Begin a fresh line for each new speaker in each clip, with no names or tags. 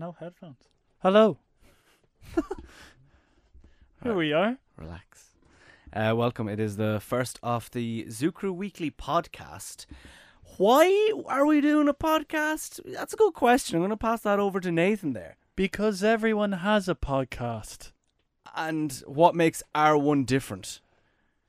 hell, headphones. Hello. Here we are.
Relax. Uh, welcome. It is the first of the Zucru Weekly podcast. Why are we doing a podcast? That's a good question. I'm going to pass that over to Nathan there.
Because everyone has a podcast.
And what makes our one different?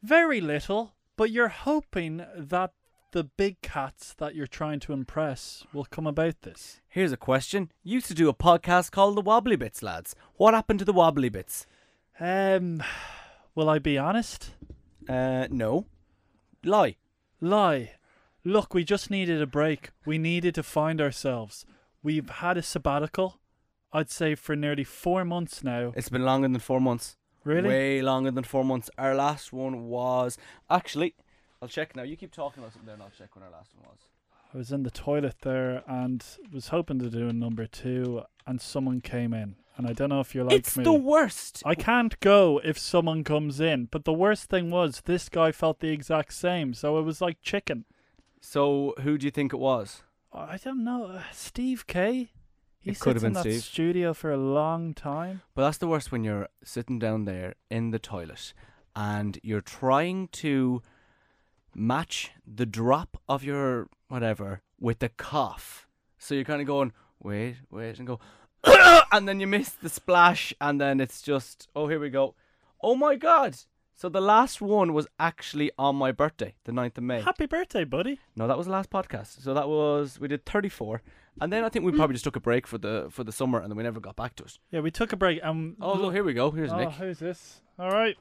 Very little, but you're hoping that the big cats that you're trying to impress will come about this.
Here's a question. You used to do a podcast called The Wobbly Bits, lads. What happened to The Wobbly Bits?
Um, will I be honest?
Uh, no. Lie.
Lie. Look, we just needed a break. We needed to find ourselves. We've had a sabbatical, I'd say, for nearly four months now.
It's been longer than four months.
Really?
Way longer than four months. Our last one was actually. I'll check now. You keep talking about something there, and I'll check when our last one was.
I was in the toilet there and was hoping to do a number two, and someone came in. And I don't know if you're like
it's
me.
the worst.
I can't go if someone comes in. But the worst thing was, this guy felt the exact same. So it was like chicken.
so who do you think it was?
I don't know. uh, Steve K? He
It
sits
could have
in
been
that
Steve.
studio for a long time.
But that's the worst when you're sitting down there in the toilet, and you're trying to match the drop of your whatever with the cough. So you're kind of going wait, wait, and go, and then you miss the splash, and then it's just oh here we go, oh my god. So the last one was actually on my birthday, the 9th of May.
Happy birthday, buddy.
No, that was the last podcast. So that was we did 34, and then I think we probably just took a break for the for the summer, and then we never got back to it.
Yeah, we took a break. Um,
Oh, look, here we go. Here's
oh,
Nick.
who's this? All right.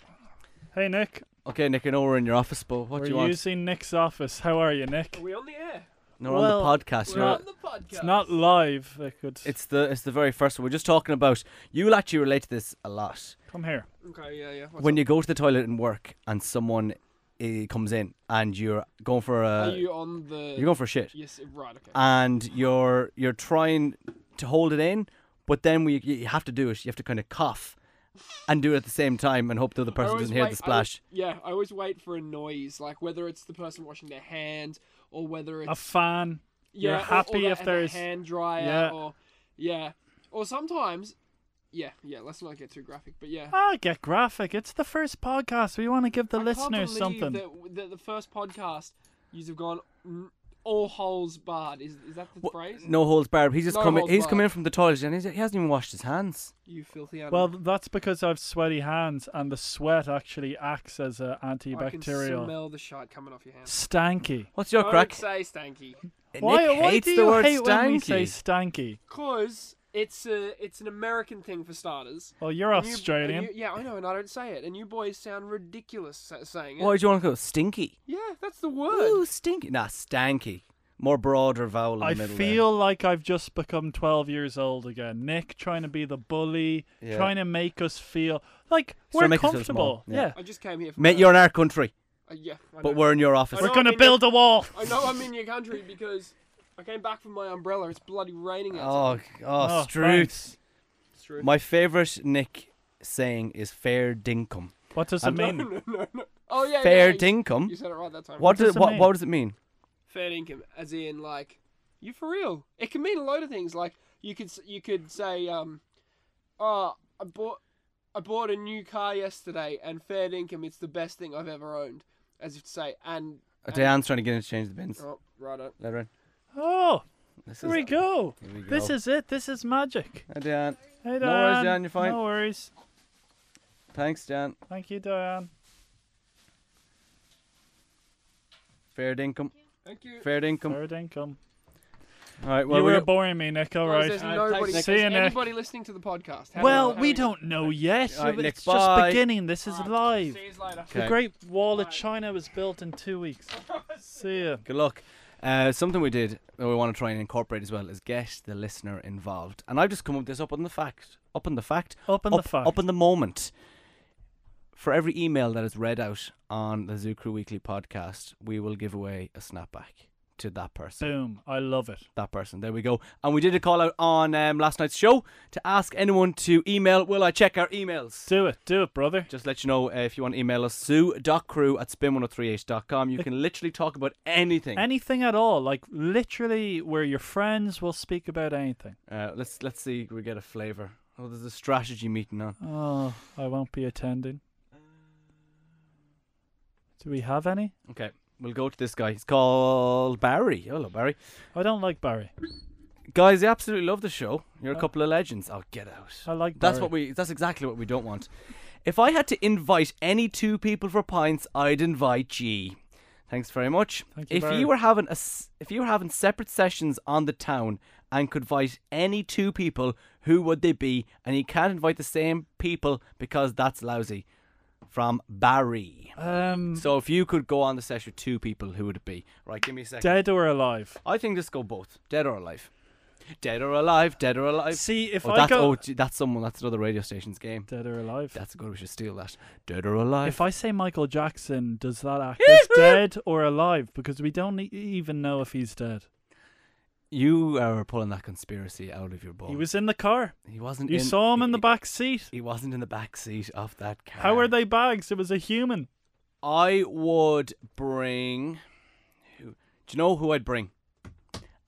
Hey, Nick.
Okay, Nick, I know we're in your office, but what
We're
do you want?
using Nick's office. How are you, Nick?
Are we on the air?
no,
Well,
on the podcast.
We're
You're,
on the podcast.
It's not live. I could
it's the it's the very first one. We're just talking about. You'll actually relate to this a lot
come here.
Okay, yeah, yeah. What's
when
up?
you go to the toilet and work, and someone uh, comes in, and you're going for
uh,
a
are you on the?
you're going for a shit,
yes, right. Okay.
Ah,
and you're you're trying to hold it in, but then we you have to do it. You have to kind of cough. And do it at the same time and hope the other
I
person
always
doesn't hear
wait-
the
I always-
splash.
yeah, I always wait for a noise, like whether it's the person washing their hand or whether it's
A fan.
yeah,
you're
or- or
happy
that-
if
and the
there's-
hand dryer
Yeah.
or yeah, or sometimes yeah, yeah. Let's not get too graphic, but yeah.
Ah, get graphic. It's the first podcast. We want to give the
I can't
listeners
believe
something.
That, that the first podcast you have gone mm, all holes barred. Is is that the
Wha-
phrase?
No holds barred. He's just
No
coming.
holds
He's
barred.
come in from the toilet and he's, he hasn't even washed his hands.
You filthy
Well,
animal.
that's because I've sweaty hands, and the sweat actually acts as an
I can
antibacterial.
smell the shit coming off your hands.
Stanky.
What's your
Don't
crack?
say stanky.
Why?
Nick
why
hates
do
the
you
word
hate when we
stanky.
say stanky?
Cause it's a it's an American thing for starters.
Well, you're
And you- and
Australian.
you- yeah, I know, and I don't say it. And you boys sound ridiculous sa- saying it.
Why do you want to go stinky?
Yeah, that's the word.
Ooh, stinky. Nah, stanky. More broader vowel in the
I
middle.
feel like I've just become 12 years old again. Nick trying to be the bully,
Yeah.
trying to make us feel like
So
we're
make us feel small,
comfortable.
yeah.
Yeah.
I just came here. From
There. Mate,
a-
you're in our country,
uh, yeah, I
but
know.
we're in your office.
I
We're
know
going to
I'm in
build a wall.
I know I'm in your country because I came back from my umbrella. It's bloody raining
Oh,
outside.
g- oh, Struth.
thanks.
it's true.
Oh, My favourite Nick saying is fair dinkum.
What does
I'm-
it mean?
no, no, no. Oh yeah.
Fair
yeah, you, you
dinkum.
said it right that time.
What does
does it
what,
mean?
what does it mean?
Fair income, as in like you for real. It can mean a load of things. Like you could s- you could say, um, oh, I bought I bought a new car yesterday, and fair income, it's the best thing I've ever owned. As if to say, and
Diane's trying to get him to change the bins.
oh, right on.
Let her in.
Oh,
This
here we go.
Here we go.
This is it. This is magic.
Hi, Diane.
Hey, Diane.
No worries, Diane, you're fine.
No worries.
Thanks, Diane.
Thank you, Diane.
Fair dinkum.
Thank you.
Fair dinkum.
Third income.
All right. Well,
you
we
were boring me, Nick. All
Guys,
right.
There's
Uh,
nobody,
thanks,
Nick. See you, Nick.
anybody listening to the podcast. How
Well,
how
we don't know yet.
All right,
it's
Nick,
just
bye.
beginning. This is
Alright,
live.
See you later.
The
Okay.
Great Wall of
Bye.
China was built in two weeks. See ya.
Good luck. Uh, something we did that we want to try and incorporate as well is get the listener involved. And I've just come up with this up on the fact, up on the fact,
Up in
up,
the fact.
up on the moment. For every email that is read out on the Zoo Crew Weekly podcast, we will give away a snapback to that person.
Boom. I love it.
That person. There we go. And we did a call out on um, last night's show to ask anyone to email. Will I check our emails?
Do it. Do it, brother.
Just let you know uh, if you want to email us, sue.crew at spin1038.com. You can literally talk about anything.
Anything at all. Like, literally, where your friends will speak about anything.
Uh, let's let's see if we get a flavour. Oh, there's a strategy meeting on.
Oh, I won't be attending. Do we have any?
Okay, we'll go to this guy. He's called Barry. Hello, Barry.
I don't like Barry.
Guys, I absolutely love the show. You're a couple of legends. Oh, get out.
I like
That's
Barry.
what we. That's exactly what we don't want. If I had to invite any two people for pints, I'd invite G. Thanks very much.
Thank you,
if
Barry.
you were having a, s- if you were having separate sessions on the town and could invite any two people, who would they be? And you can't invite the same people because that's lousy. From Barry.
Um,
So if you could go on the session with two people, who would it be? Right, give me a second.
dead or alive.
I think just go both, dead or alive. Dead or alive, dead or alive.
See, if
Oh,
I
that's,
go
oh, gee, that's someone. That's another radio station's game.
dead or alive.
That's good. We should steal that. Dead or alive.
If I say Michael Jackson, does that act as dead or alive? Because we don't e- even know if he's dead.
you are pulling that conspiracy out of your bones.
He was in the car.
He wasn't.
You
in,
saw him in
he-
the back seat.
He wasn't in the back seat of that car.
How are they bags? It was a human.
I would bring. Who, do you know who I'd bring?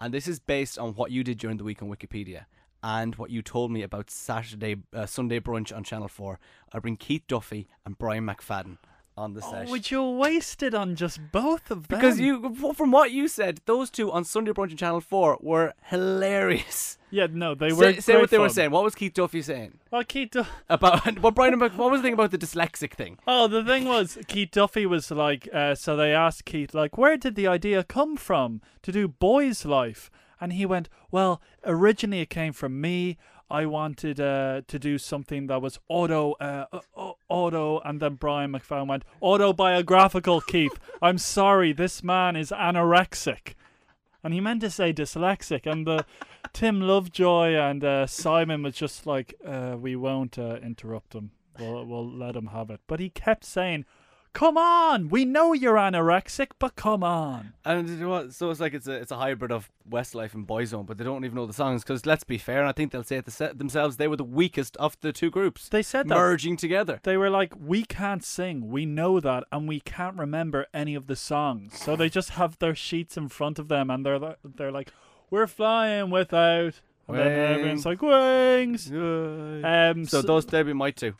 And this is based on what you did during the week on Wikipedia and what you told me about Saturday, uh, Sunday brunch on Channel Four. I'd bring Keith Duffy and Brian McFadden on the
Oh,
sesh.
would you waste it on just both of them?
Because you, f- from what you said, those two on Sunday brunch on Channel Four were hilarious.
yeah, no, they were.
Say, say what
great
they were
fun.
saying. What was Keith Duffy saying
Well, Keith. Du-
about? What Brian? Mc- What was the thing about the dyslexic thing?
Oh, the thing was, Keith Duffy was like, uh, so they asked Keith, like, where did the idea come from to do Boys Life? And he went, well, originally it came from me. I wanted uh, to do something that was auto, uh, uh, au- auto, and then Brian McFadden went autobiographical. Keith, I'm sorry, this man is anorexic, and he meant to say dyslexic. And the Tim Lovejoy and uh, Simon was just like, uh, we won't uh, interrupt him. We'll, we'll let him have it. But he kept saying, come on, we know you're anorexic, but come on.
And you know what? so it's like it's a it's a hybrid of Westlife and Boyzone, but they don't even know the songs because let's be fair, and I think they'll say it the- themselves they were the weakest of the two groups.
They said that.
merging together.
They were like, we can't sing. We know that. And we can't remember any of the songs. So they just have their sheets in front of them and they're, li- they're like, we're flying without. And then everyone's like, wings. Um,
So those they'd be my two.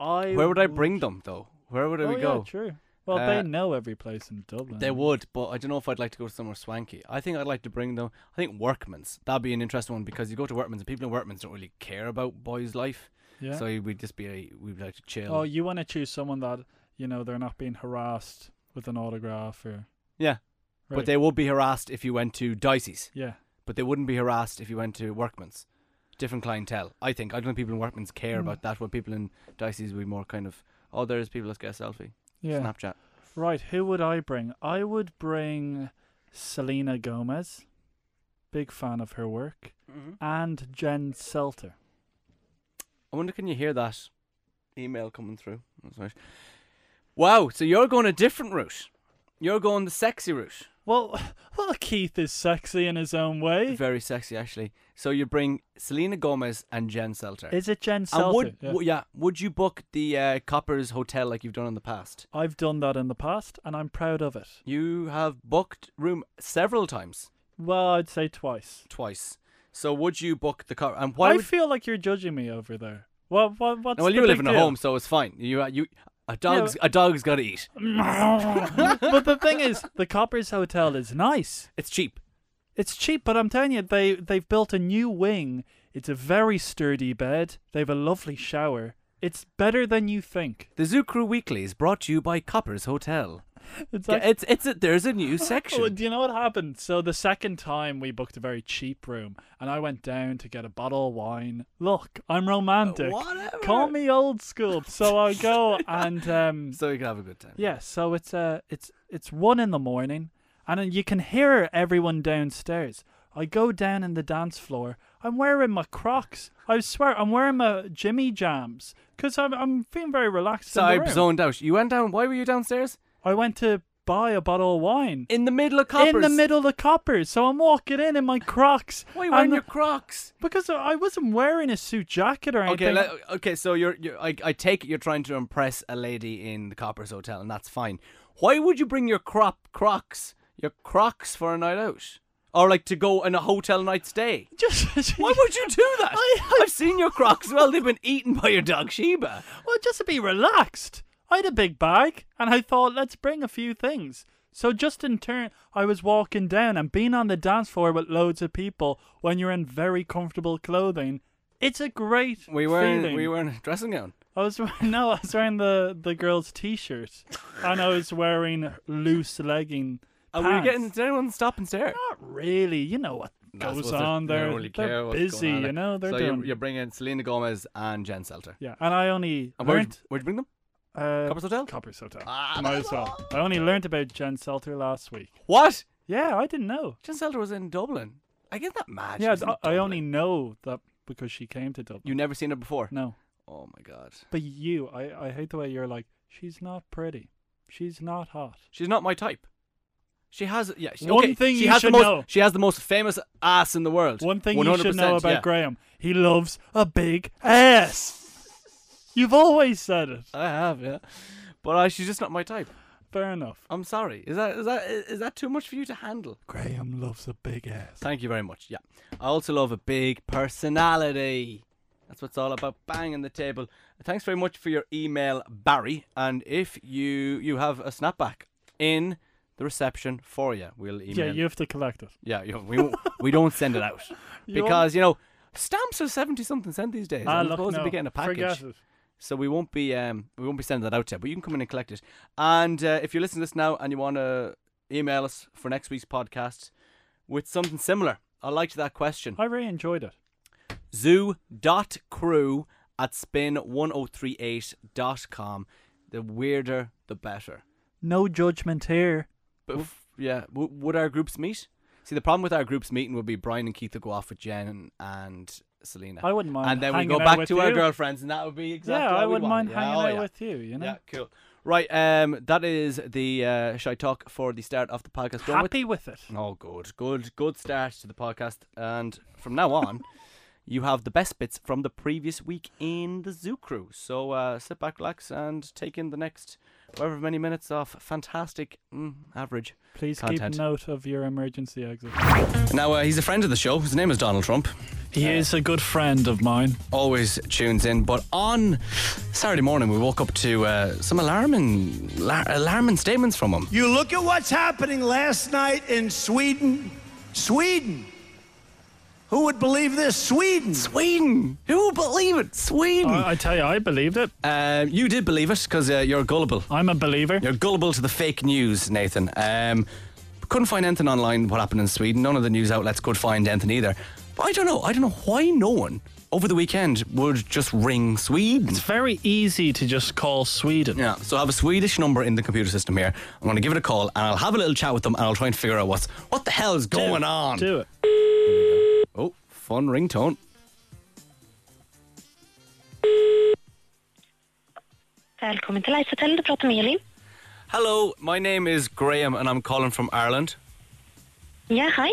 I
Where would I bring them though? Where would
oh,
we
yeah,
go?
true. Well,
Uh,
they know every place in Dublin.
They would, but I don't know if I'd like to go to somewhere swanky. I think I'd like to bring them. I think Workman's. That'd be an interesting one because you go to Workman's and people in Workman's don't really care about boys' life.
Yeah.
So we'd just be a, we'd like to chill.
Oh, you want to choose someone that you know they're not being harassed with an autograph or
yeah,
Right.
but they would be harassed if you went to Dicey's.
yeah.
but they wouldn't be harassed if you went to Workman's. Different clientele, I think. I don't think people in Workman's
Hmm.
care about that. Where people in Dicey's would be more kind of, oh, there's people. Let's get a selfie.
Yeah.
Snapchat.
Right, who would I bring? I would bring Selena Gomez. Big fan of her work. And Jen Selter.
I wonder, can you hear that email coming through? That's nice. Wow. So you're going a different route. You're going the sexy route.
Well, well, Keith is sexy in his own way.
Very sexy, actually. So you bring Selena Gomez and Jen Selter.
Is it Jen
and
Selter?
would
Yeah.
w- yeah, would you book the uh, Coppers Hotel like you've done in the past?
I've done that in the past, and I'm proud of it.
You have booked room several times.
Well, I'd say twice.
twice. So would you book the car? And why?
I
would,
feel like you're judging me over there. What? What? What's
well,
the
you live
big
in a
deal?
home, so it's fine. You uh, you a dog's a dog's got to eat.
but the thing is, the Coppers Hotel is nice.
It's cheap.
It's cheap, but I'm telling you, they they've built a new wing. It's a very sturdy bed. They've a lovely shower. It's better than you think.
The Zoo Crew Weekly is brought to you by Coppers Hotel.
It's
Yeah, it's it's a, there's a new
Oh,
section.
do you know what happened? So the second time we booked a very cheap room, and I went down to get a bottle of wine. Look, I'm romantic.
Whatever.
Call me old school. So I go and um,
So you can have a good time.
Yeah, so it's uh it's it's one in the morning and then you can hear everyone downstairs. I go down in the dance floor. I'm wearing my Crocs. I swear, I'm wearing my Jimmy Jams because I'm I'm feeling very relaxed. in the
Sorry,
room.
zoned out. You went down. Why were you downstairs?
I went to buy a bottle of wine.
in the middle of coppers.
In the middle of the coppers, so I'm walking in in my Crocs.
Why are you
and
wearing
the-
your Crocs?
Because I wasn't wearing a suit jacket or anything.
Okay, let, okay. So you're, you're I, I take it you're trying to impress a lady in the Coppers Hotel, and that's fine. Why would you bring your crop Crocs, your Crocs for a night out, or like to go in a hotel night stay?
just
Why would you do that?
I- I-
have seen your Crocs. Well, they've been eaten by your dog Sheba.
Well, just to be relaxed. I had a big bag and I thought, let's bring a few things. So, just in turn, I was walking down and being on the dance floor with loads of people when you're in very comfortable clothing. It's a great
We were in,
feeling.
we were in a dressing gown.
I was wearing- no, I was wearing the the girl's t-shirt, and I was wearing loose legging.
And we were
pants.
getting. Did anyone stop and stare?
not really. You know what
I
goes
suppose they-
on
they
there.
don't really
they're
care what's going
busy,
on there.
you know. They're
so
doing
You, you bring in Selena Gomez and Jen Selter.
yeah. And I only
And where'd,
learned
where'd you bring them?
uh,
Coppers Hotel?
Copper's Hotel.
Ah,
Might as well. I only learned about Jen Selter last week.
What?
Yeah, I didn't know.
Jen Selter was in Dublin. I get that mad. she
yeah,
was in
I, I only
Dublin.
know that because she came to Dublin.
You never seen her before.
no,
Oh my god.
but you, I, I hate the way you're like. She's not pretty. She's not hot.
She's not my type. She has yeah. She,
One
okay,
thing
she
you
has the
should
most,
know.
She has the most famous ass in the world.
One thing you
100%,
should know about
yeah.
Graham, he loves a big ass. You've always said it.
I have yeah, but uh, she's just not my type.
Fair enough.
I'm sorry. Is that is that is that too much for you to handle?
Graham loves a big ass.
Thank you very much. Yeah. I also love a big personality. That's what it's all about. Banging the table. Thanks very much for your email, Barry. And if you you have a snapback in the reception for you, we'll email.
Yeah, you have to collect it.
Yeah, you- we won't- we don't send it out
You
because you know stamps are seventy something cent these days.
Ah,
I'm
look,
supposed
no.
to be getting a package,
Forget it.
so we won't be um we won't be sending that out to you. But you can come in and collect it. And uh, if you listen to this now and you want to email us for next week's podcast with something similar, I liked that question.
I really enjoyed it.
Zoo.crew at spin1038.com. The weirder, the better.
No judgment here.
But f- yeah, w- would our groups meet? See, the problem with our groups meeting would be Brian and Keith would go off with Jen and Selena.
I wouldn't mind
And then we
hanging
go
out
back
with
to our
you.
girlfriends, and that would be exactly.
yeah,
how
I
we'd
wouldn't
want
mind
it. Yeah,
hanging
oh,
out
yeah.
with you. You know,
Yeah, cool. Right, um, that is the uh, shy talk for the start of the podcast. Done with?
happy with it.
Oh, good, good, good start to the podcast. And from now on, you have the best bits from the previous week in the Zoo Crew. So uh, sit back, relax, and take in the next however many minutes of fantastic mm, average.
Please
Content.
keep note of your emergency exit.
Now, uh, he's a friend of the show. His name is Donald Trump.
He is a good friend of mine.
Always tunes in. But on Saturday morning, we woke up to uh, some alarming, lar- alarming statements from him.
You look at what's happening last night in Sweden. Sweden. Who would believe this? Sweden.
Sweden! Who will believe it? Sweden!
I, I tell you, I believed it.
Uh, you did believe it because uh, you're gullible.
I'm a believer.
You're gullible to the fake news, Nathan. Um, couldn't find anything online what happened in Sweden. None of the news outlets could find anything either. But I don't know. I don't know why no one over the weekend would just ring Sweden.
Very easy to just call Sweden.
Yeah, so I have a Swedish number in the computer system here. I'm going to give it a call and I'll have a little chat with them and I'll try and figure out what's what the hell is going on.
Do it.
Oh, fun ringtone.
Välkommen till Icehotel, du pratar med Elin.
Hello, my name is Graham and I'm calling from Ireland.
Ja, hej.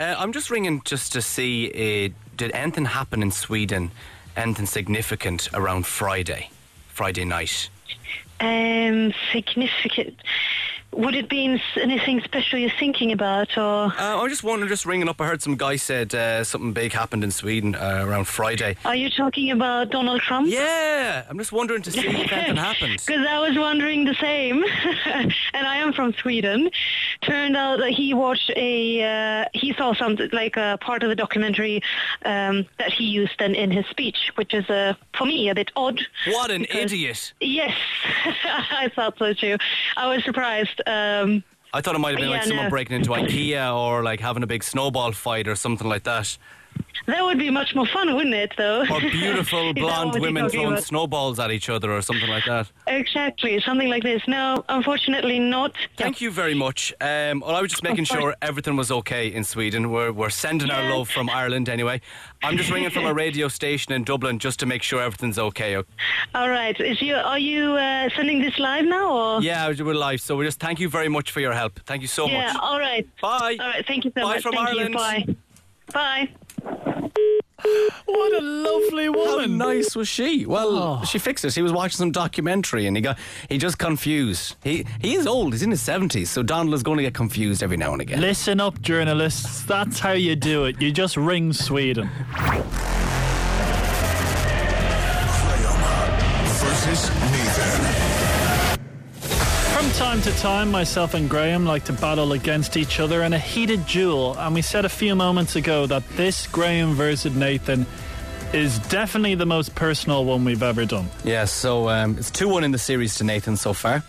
Uh, I'm just ringing just to see uh, did anything happen in Sweden, anything significant around Friday, Friday night.
Um, significant. Would it be in- anything special you're thinking about or
Uh, I'm just wondering, just ringing up. I heard some guy said uh, something big happened in Sweden uh, around Friday.
are you talking about Donald Trump?
Yeah, I'm just wondering to see if anything happened.
Because I was wondering the same, and I am from Sweden. Turned out that he watched a, uh, he saw something like a part of the documentary um, that he used then in his speech, which is uh, for me a bit odd.
What an
because-
idiot!
Yes, I thought so too. I was surprised. Um,
I thought it might have been like
Yeah,
someone
no.
breaking into IKEA or like having a big snowball fight or something like that.
That would be much more fun, wouldn't it? Though.
Or beautiful
Is that
blonde
what you're
women
talking
throwing
about?
snowballs at each other or something like that.
Exactly, something like this. No, unfortunately not.
Thank you very much. Um, well, I was just making
course.
sure everything was okay in Sweden. We're, we're sending our
Yeah.
love from Ireland anyway. I'm just ringing from a radio station in Dublin just to make sure everything's okay. o-
All right, is you are you uh, sending this live now or?
Yeah, we're live. So we just thank you very much for your help. Thank you so
Yeah, oh,
much.
All right.
Bye.
All right. Thank you so
Bye
much.
from
thank
Ireland.
you. Bye. Bye.
What a lovely
How
woman.
nice was she? Well,
Oh.
she fixed it. He was watching some documentary and he got he just confused. He he is old. He's in his seventies, so Donald is going to get confused every now and again.
Listen up, journalists. That's how you do it. You just ring Sweden.
versus Nathan.
From time to time, myself and Graham like to battle against each other in a heated duel, and we said a few moments ago that this Graham versus Nathan is definitely the most personal one we've ever done.
Yeah, so um, it's 2 1 in the series to Nathan so far.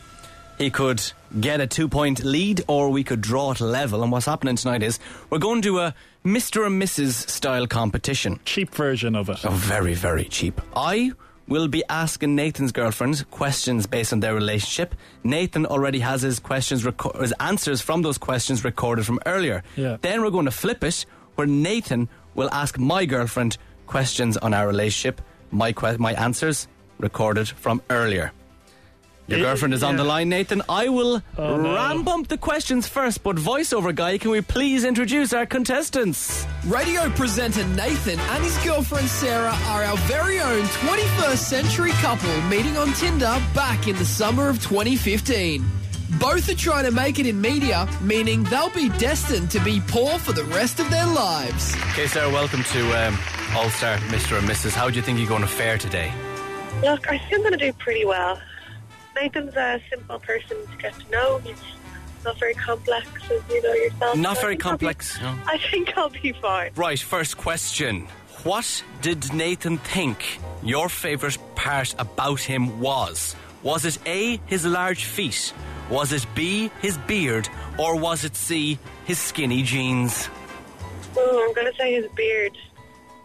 He could get a two point lead or we could draw it level. And what's happening tonight is we're going to a Mr. and Mrs. style competition.
Cheap version of it.
Oh, very, very cheap. I will be asking Nathan's girlfriends questions based on their relationship. Nathan already has his questions, reco- his answers from those questions recorded from earlier.
Yeah.
Then we're going to flip it, where Nathan will ask my girlfriend questions on our relationship. My que- my answers recorded from earlier. Your
Eh,
girlfriend is on the
yeah. Oh,
line, Nathan. I will
no.
ram bump the questions first, but voiceover guy, can we please introduce our contestants?
Radio presenter Nathan and his girlfriend Sarah are our very own 21st century couple meeting on Tinder back in the summer of 2015. Both are trying to make it in media, meaning they'll be destined to be poor for the rest of their lives.
Okay, Sarah, welcome to um, All Star Mr. and Mrs. How do you think you're going to fare today?
Look, I think I'm going to do pretty well. Nathan's a simple person to get to know. He's not very complex, as you know yourself.
Not
So I
very
think I'll be-
complex, no.
I think I'll be fine.
Right, first question. What did Nathan think your favourite part about him was? Was it A, his large feet? Was it B, his beard? Or was it C, his skinny jeans?
Ooh, I'm going to say his beard.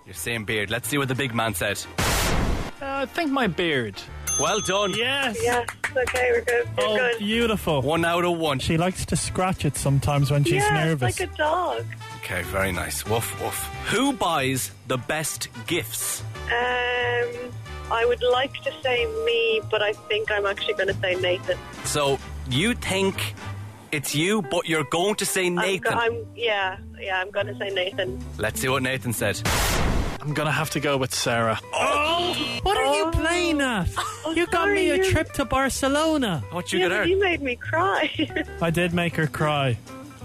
You're saying beard. Let's see what the big man said.
Uh, I think my beard.
Well done.
Yes.
Yes, okay, we're good. We're
Oh,
good.
beautiful.
One out of one.
She likes to scratch it sometimes when she's
yeah, it's
nervous.
like a dog.
Okay, very nice. Woof, woof. Who buys the best gifts?
Um, I would like to say me, but I think I'm actually going to say Nathan.
So you think it's you, but you're going to say
I'm
Nathan.
go- I'm, yeah, yeah, I'm going to say Nathan.
Let's see what Nathan said.
I'm gonna have to go with Sarah. Oh! What are you playing at? you got
Oh, sorry,
me a
you-
trip to Barcelona.
What you
yeah,
got
but
there?
you made me cry.
I did make her cry.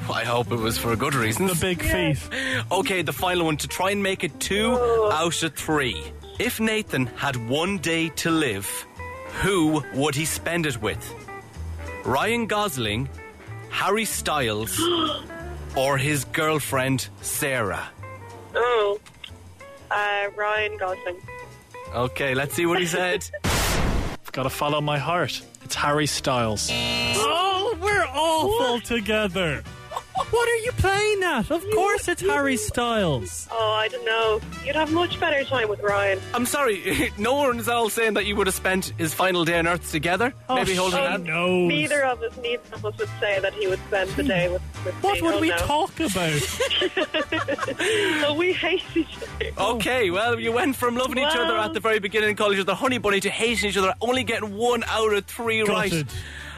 I hope it was for a good reason.
The big
Yeah.
feet.
Okay, the final one to try and make it two
Oh.
out of three. If Nathan had one day to live, who would he spend it with? Ryan Gosling, Harry Styles, or his girlfriend Sarah?
oh, uh, Ryan Gosling.
Okay, let's see what he said.
I've got to follow my heart. It's Harry Styles. Oh, we're awful together. What are you playing at? Of course it's Harry Styles.
Oh, I don't know. You'd have much better time with Ryan.
I'm sorry, no one's at all saying that you would have spent his final day on Earth together.
Oh,
Maybe holding
she
hands.
knows.
Um, Neither of us, neither of us would say that he would spend the day with. with
Hmm. What
me.
would
Oh,
we
no.
talk about?
So we hate each other.
Okay, well, you went from loving each other
Well-
at the very beginning and calling each other honey bunny to hating each other, only getting one out of three right.
Gutted.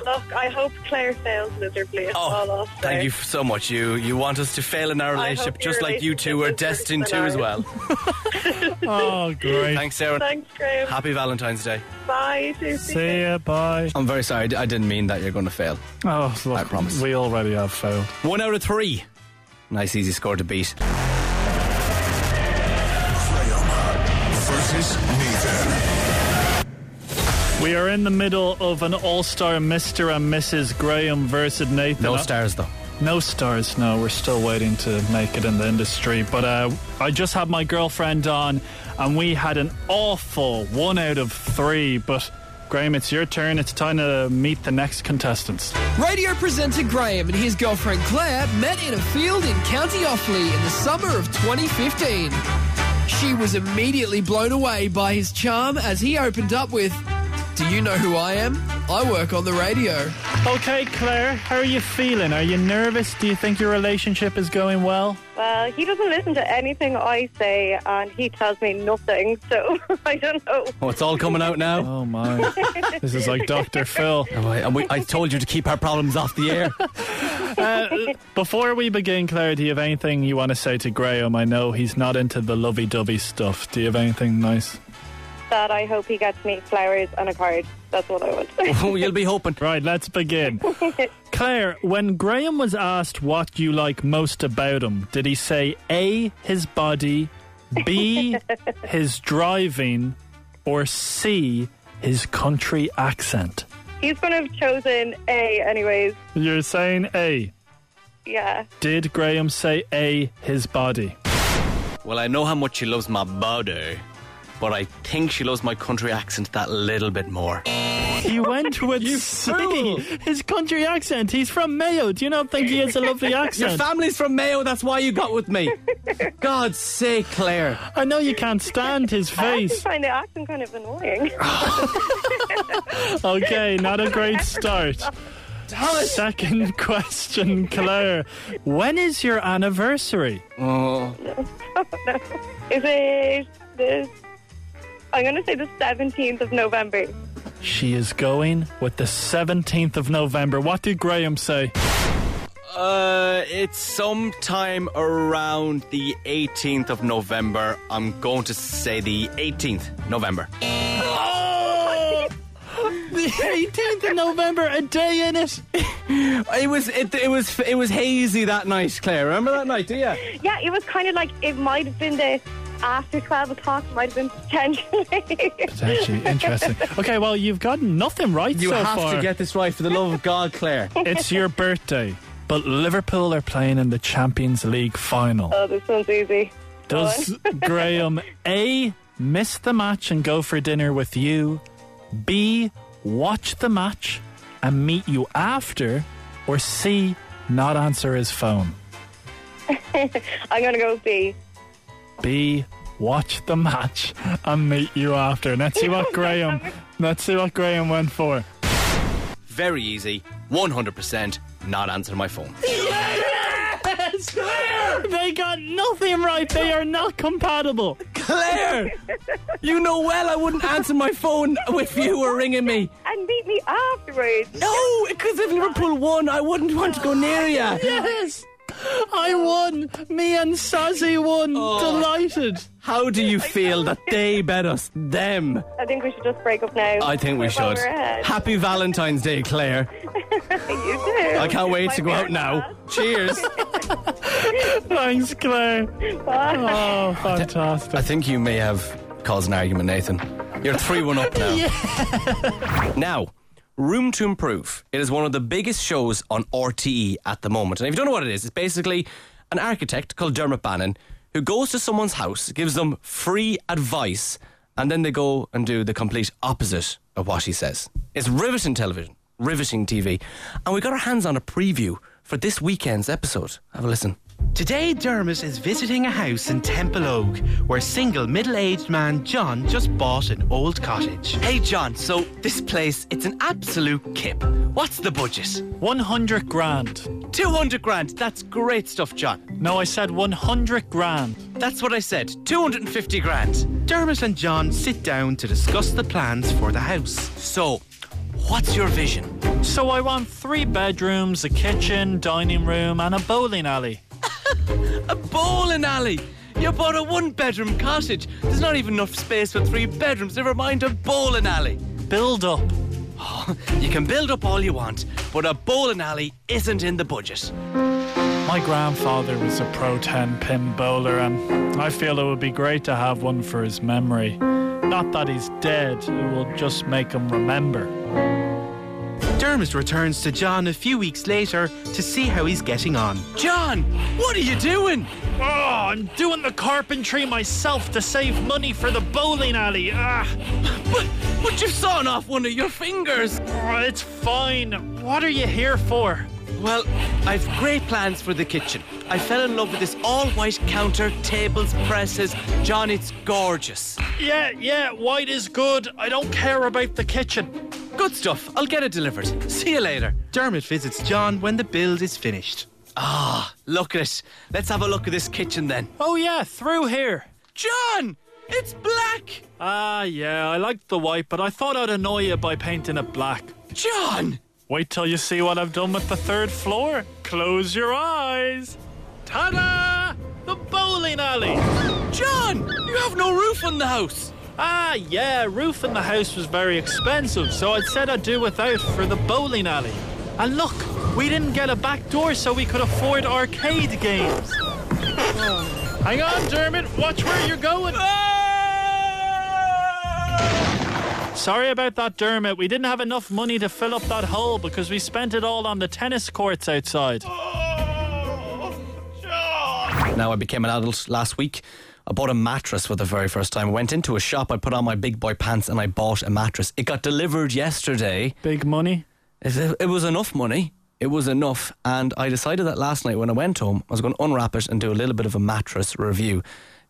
Look, I hope Claire fails miserably. It's all
Oh,
off
thank you f- so much. You you want us to fail in our
hope
relationship,
your
just like you two
relationship
are
is worse
destined to
than
as well.
ours.
Oh, great.
Thanks, Sarah.
Thanks, Graham.
Happy Valentine's Day.
Bye. you too.
See ya, bye.
I'm very sorry. I d- I didn't mean that you're going to fail.
Oh, look,
I promise.
we already have failed.
One out of three. Nice, easy score to beat.
versus Nathan.
We are in the middle of an all-star Mr. and Mrs. Graham versus Nathan.
No
I-
stars, though.
No stars, no. We're still waiting to make it in the industry. But uh, I just had my girlfriend on, and we had an awful one out of three. But Graham, it's your turn. It's time to meet the next contestants.
Radio presenter Graham and his girlfriend Claire met in a field in County Offaly in the summer of 2015. She was immediately blown away by his charm as he opened up with, Do you know who I am? I work on the radio.
Okay, Claire, how are you feeling? Are you nervous? Do you think your relationship is going well?
Well, he doesn't listen to anything I say, and he tells me nothing. So I don't know.
Oh, it's all coming out now.
Oh my. this is like Dr. Phil.
Oh, I, and we, I told you to keep our problems off the air.
Uh, before we begin, Claire, do you have anything you want to say to Graham? I know he's not into the lovey dovey stuff. Do you have anything nice?
That I hope he gets me flowers and a card. That's what I want.
Oh, You'll be hoping.
Right, let's begin. Claire, when Graham was asked what you like most about him, did he say A, his body, B, his driving, or C, his country accent?
He's going to have chosen A, anyways.
You're saying A.
Yeah.
Did Graham say A, his body?
Well, I know how much she loves my body, but I think she loves my country accent that little bit more.
He went with C, his country accent. He's from Mayo. Do you not think he has a lovely
Your
accent?
family's from Mayo, that's why you got with me. God's sake, Claire.
I know you can't stand his
I
face.
actually find the accent kind of annoying.
Okay, not a great start. Second question, Claire. When is your anniversary?
Oh,
Is it the? I'm going to say the 17th of November.
She is going with the 17th of November. What did Graham say?
Uh, it's sometime around the 18th of November. I'm going to say the 18th November.
The 18th of November, a day in it.
it was it, it was it was hazy that night, Claire. Remember that night, do you?
Yeah, it was kind of like it might have been the after 12 o'clock, might have been potentially.
It's actually interesting. Okay, well, you've gotten nothing right
You
so
have
far.
to get this right for the love of God, Claire.
it's your birthday, but Liverpool are playing in the Champions League final.
oh, this one's easy.
Does Graham A miss the match and go for dinner with you? B watch the match and meet you after or C not answer his phone?
I'm going to go with B.
B watch the match and meet you after. Let's see what Graham let's see what Graham went for.
Very easy, 100% not answer my phone.
They got nothing right. They are not compatible.
Claire, you know well I wouldn't answer my phone if you were ringing me.
And meet me afterwards.
No, because if Liverpool won, I wouldn't want to go near you.
Yes. I won. Me and Sazzy won.
Oh.
Delighted.
How do you feel that they bet us? Them.
I think we should just break up now.
I think we
While
should.
we're ahead.
Happy Valentine's Day, Claire.
You do.
I can't wait to go out now. Cheers.
Thanks, Claire.
Bye.
Oh, fantastic.
I think you may have caused an argument, Nathan. You're 3 1 up now. Now, Room to Improve. It is one of the biggest shows on RTE at the moment. And if you don't know what it is, it's basically an architect called Dermot Bannon who goes to someone's house, gives them free advice, and then they go and do the complete opposite of what he says. It's riveting television, riveting TV. And we got our hands on a preview for this weekend's episode. Have a listen.
Today, Dermot is visiting a house in Temple Oak where single middle aged man John just bought an old cottage.
Hey, John, so this place, it's an absolute kip. What's the budget?
100 grand.
200 grand. That's great stuff, John.
No, I said 100 grand.
That's what I said. 250 grand.
Dermot and John sit down to discuss the plans for the house.
So, what's your vision?
So I want three bedrooms, a kitchen, dining room, and a bowling alley.
A bowling alley. You bought a one bedroom cottage. There's not even enough space for three bedrooms, never mind a bowling alley.
Build up.
You can build up all you want, but a bowling alley isn't in the budget.
My grandfather was a pro 10 pin bowler, and I feel it would be great to have one for his memory. Not that he's dead, it will just make him remember.
Dermot returns to John a few weeks later to see how he's getting on.
John, what are you doing?
Oh, I'm doing the carpentry myself to save money for the bowling alley. Ah. But, but you've sawn off one of your fingers. Oh, it's fine. What are you here for?
Well, I've great plans for the kitchen. I fell in love with this all white counter, tables, presses. John, it's gorgeous.
Yeah, yeah, white is good. I don't care about the kitchen.
Good stuff. I'll get it delivered. See you later. Dermot visits John when the build is finished.
Ah,
Look at it. Let's have a look at this kitchen then.
Oh, yeah, through here.
John! It's black!
Ah, yeah, I liked the white, but I thought I'd annoy you by painting it black.
John!
Wait till you see what I've done with the third floor. Close your eyes. Ta da! The bowling alley!
John! You have no roof on the house!
Ah, yeah, roof in the house was very expensive, so I said I'd do without for the bowling alley. And look, we didn't get a back door so we could afford arcade games. Hang on, Dermot, watch where you're going. Sorry about that, Dermot. We didn't have enough money to fill up that hole because we spent it all on the tennis courts outside.
Now I became an adult last week. I bought a mattress for the very first time. I went into a shop, I put on my big boy pants, and I bought a mattress. It got delivered yesterday.
Big money?
It, it was enough money. It was enough. And I decided that last night when I went home, I was going to unwrap it and do a little bit of a mattress review.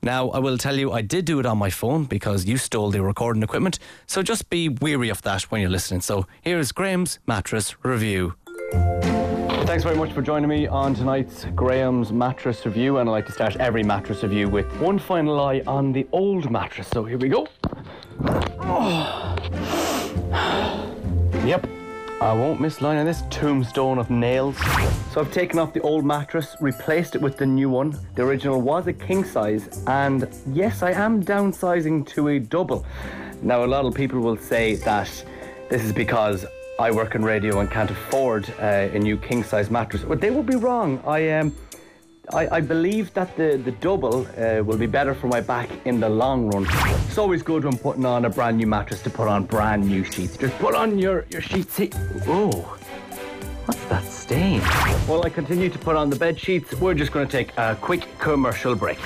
Now, I will tell you, I did do it on my phone because you stole the recording equipment. So just be weary of that when you're listening. So here is Graham's mattress review. Thanks very much for joining me on tonight's Graham's mattress review, and I like to start every mattress review with one final eye on the old mattress. So here we go. Yep. I won't miss line on this tombstone of nails. So I've taken off the old mattress, replaced it with the new one. The original was a king size, and yes, I am downsizing to a double. Now, a lot of people will say that this is because I work in radio and can't afford uh, a new king size mattress. But they will be wrong. I um, am. I, I believe that the, the double uh, will be better for my back in the long run. It's always good when putting on a brand new mattress to put on brand new sheets. Just put on your, your sheets. See- Whoa. What's that stain? While I continue to put on the bed sheets, we're just going to take a quick commercial break.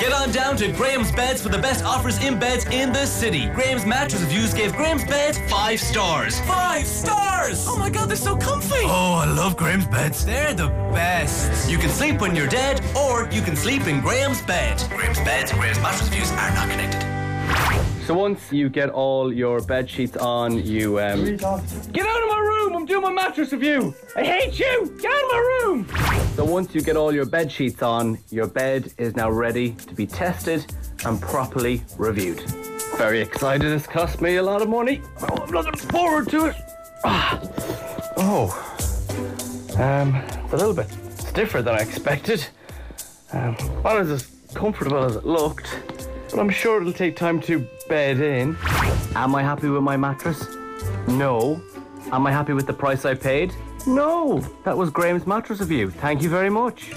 Get on down to Graham's Beds for the best offers in beds in the city. Graham's mattress reviews gave Graham's Beds five stars.
Five stars! Oh my god, they're so comfy!
Oh, I love Graham's Beds. They're the best. You can sleep when you're dead, or you can sleep in Graham's Bed. Graham's Beds and Graham's mattress reviews are not connected.
So once you get all your bed sheets on, you um, get out of my room. I'm doing my mattress review. I hate you. Get out of my room. So once you get all your bed sheets on, your bed is now ready to be tested and properly reviewed. Very excited. It's cost me a lot of money. Oh, I'm looking forward to it. Ah. Oh, um, it's a little bit stiffer than I expected. Um, not as as comfortable as it looked, but I'm sure it'll take time to bed in. Am I happy with my mattress? No. Am I happy with the price I paid? No. That was Graham's mattress review. Thank you very much.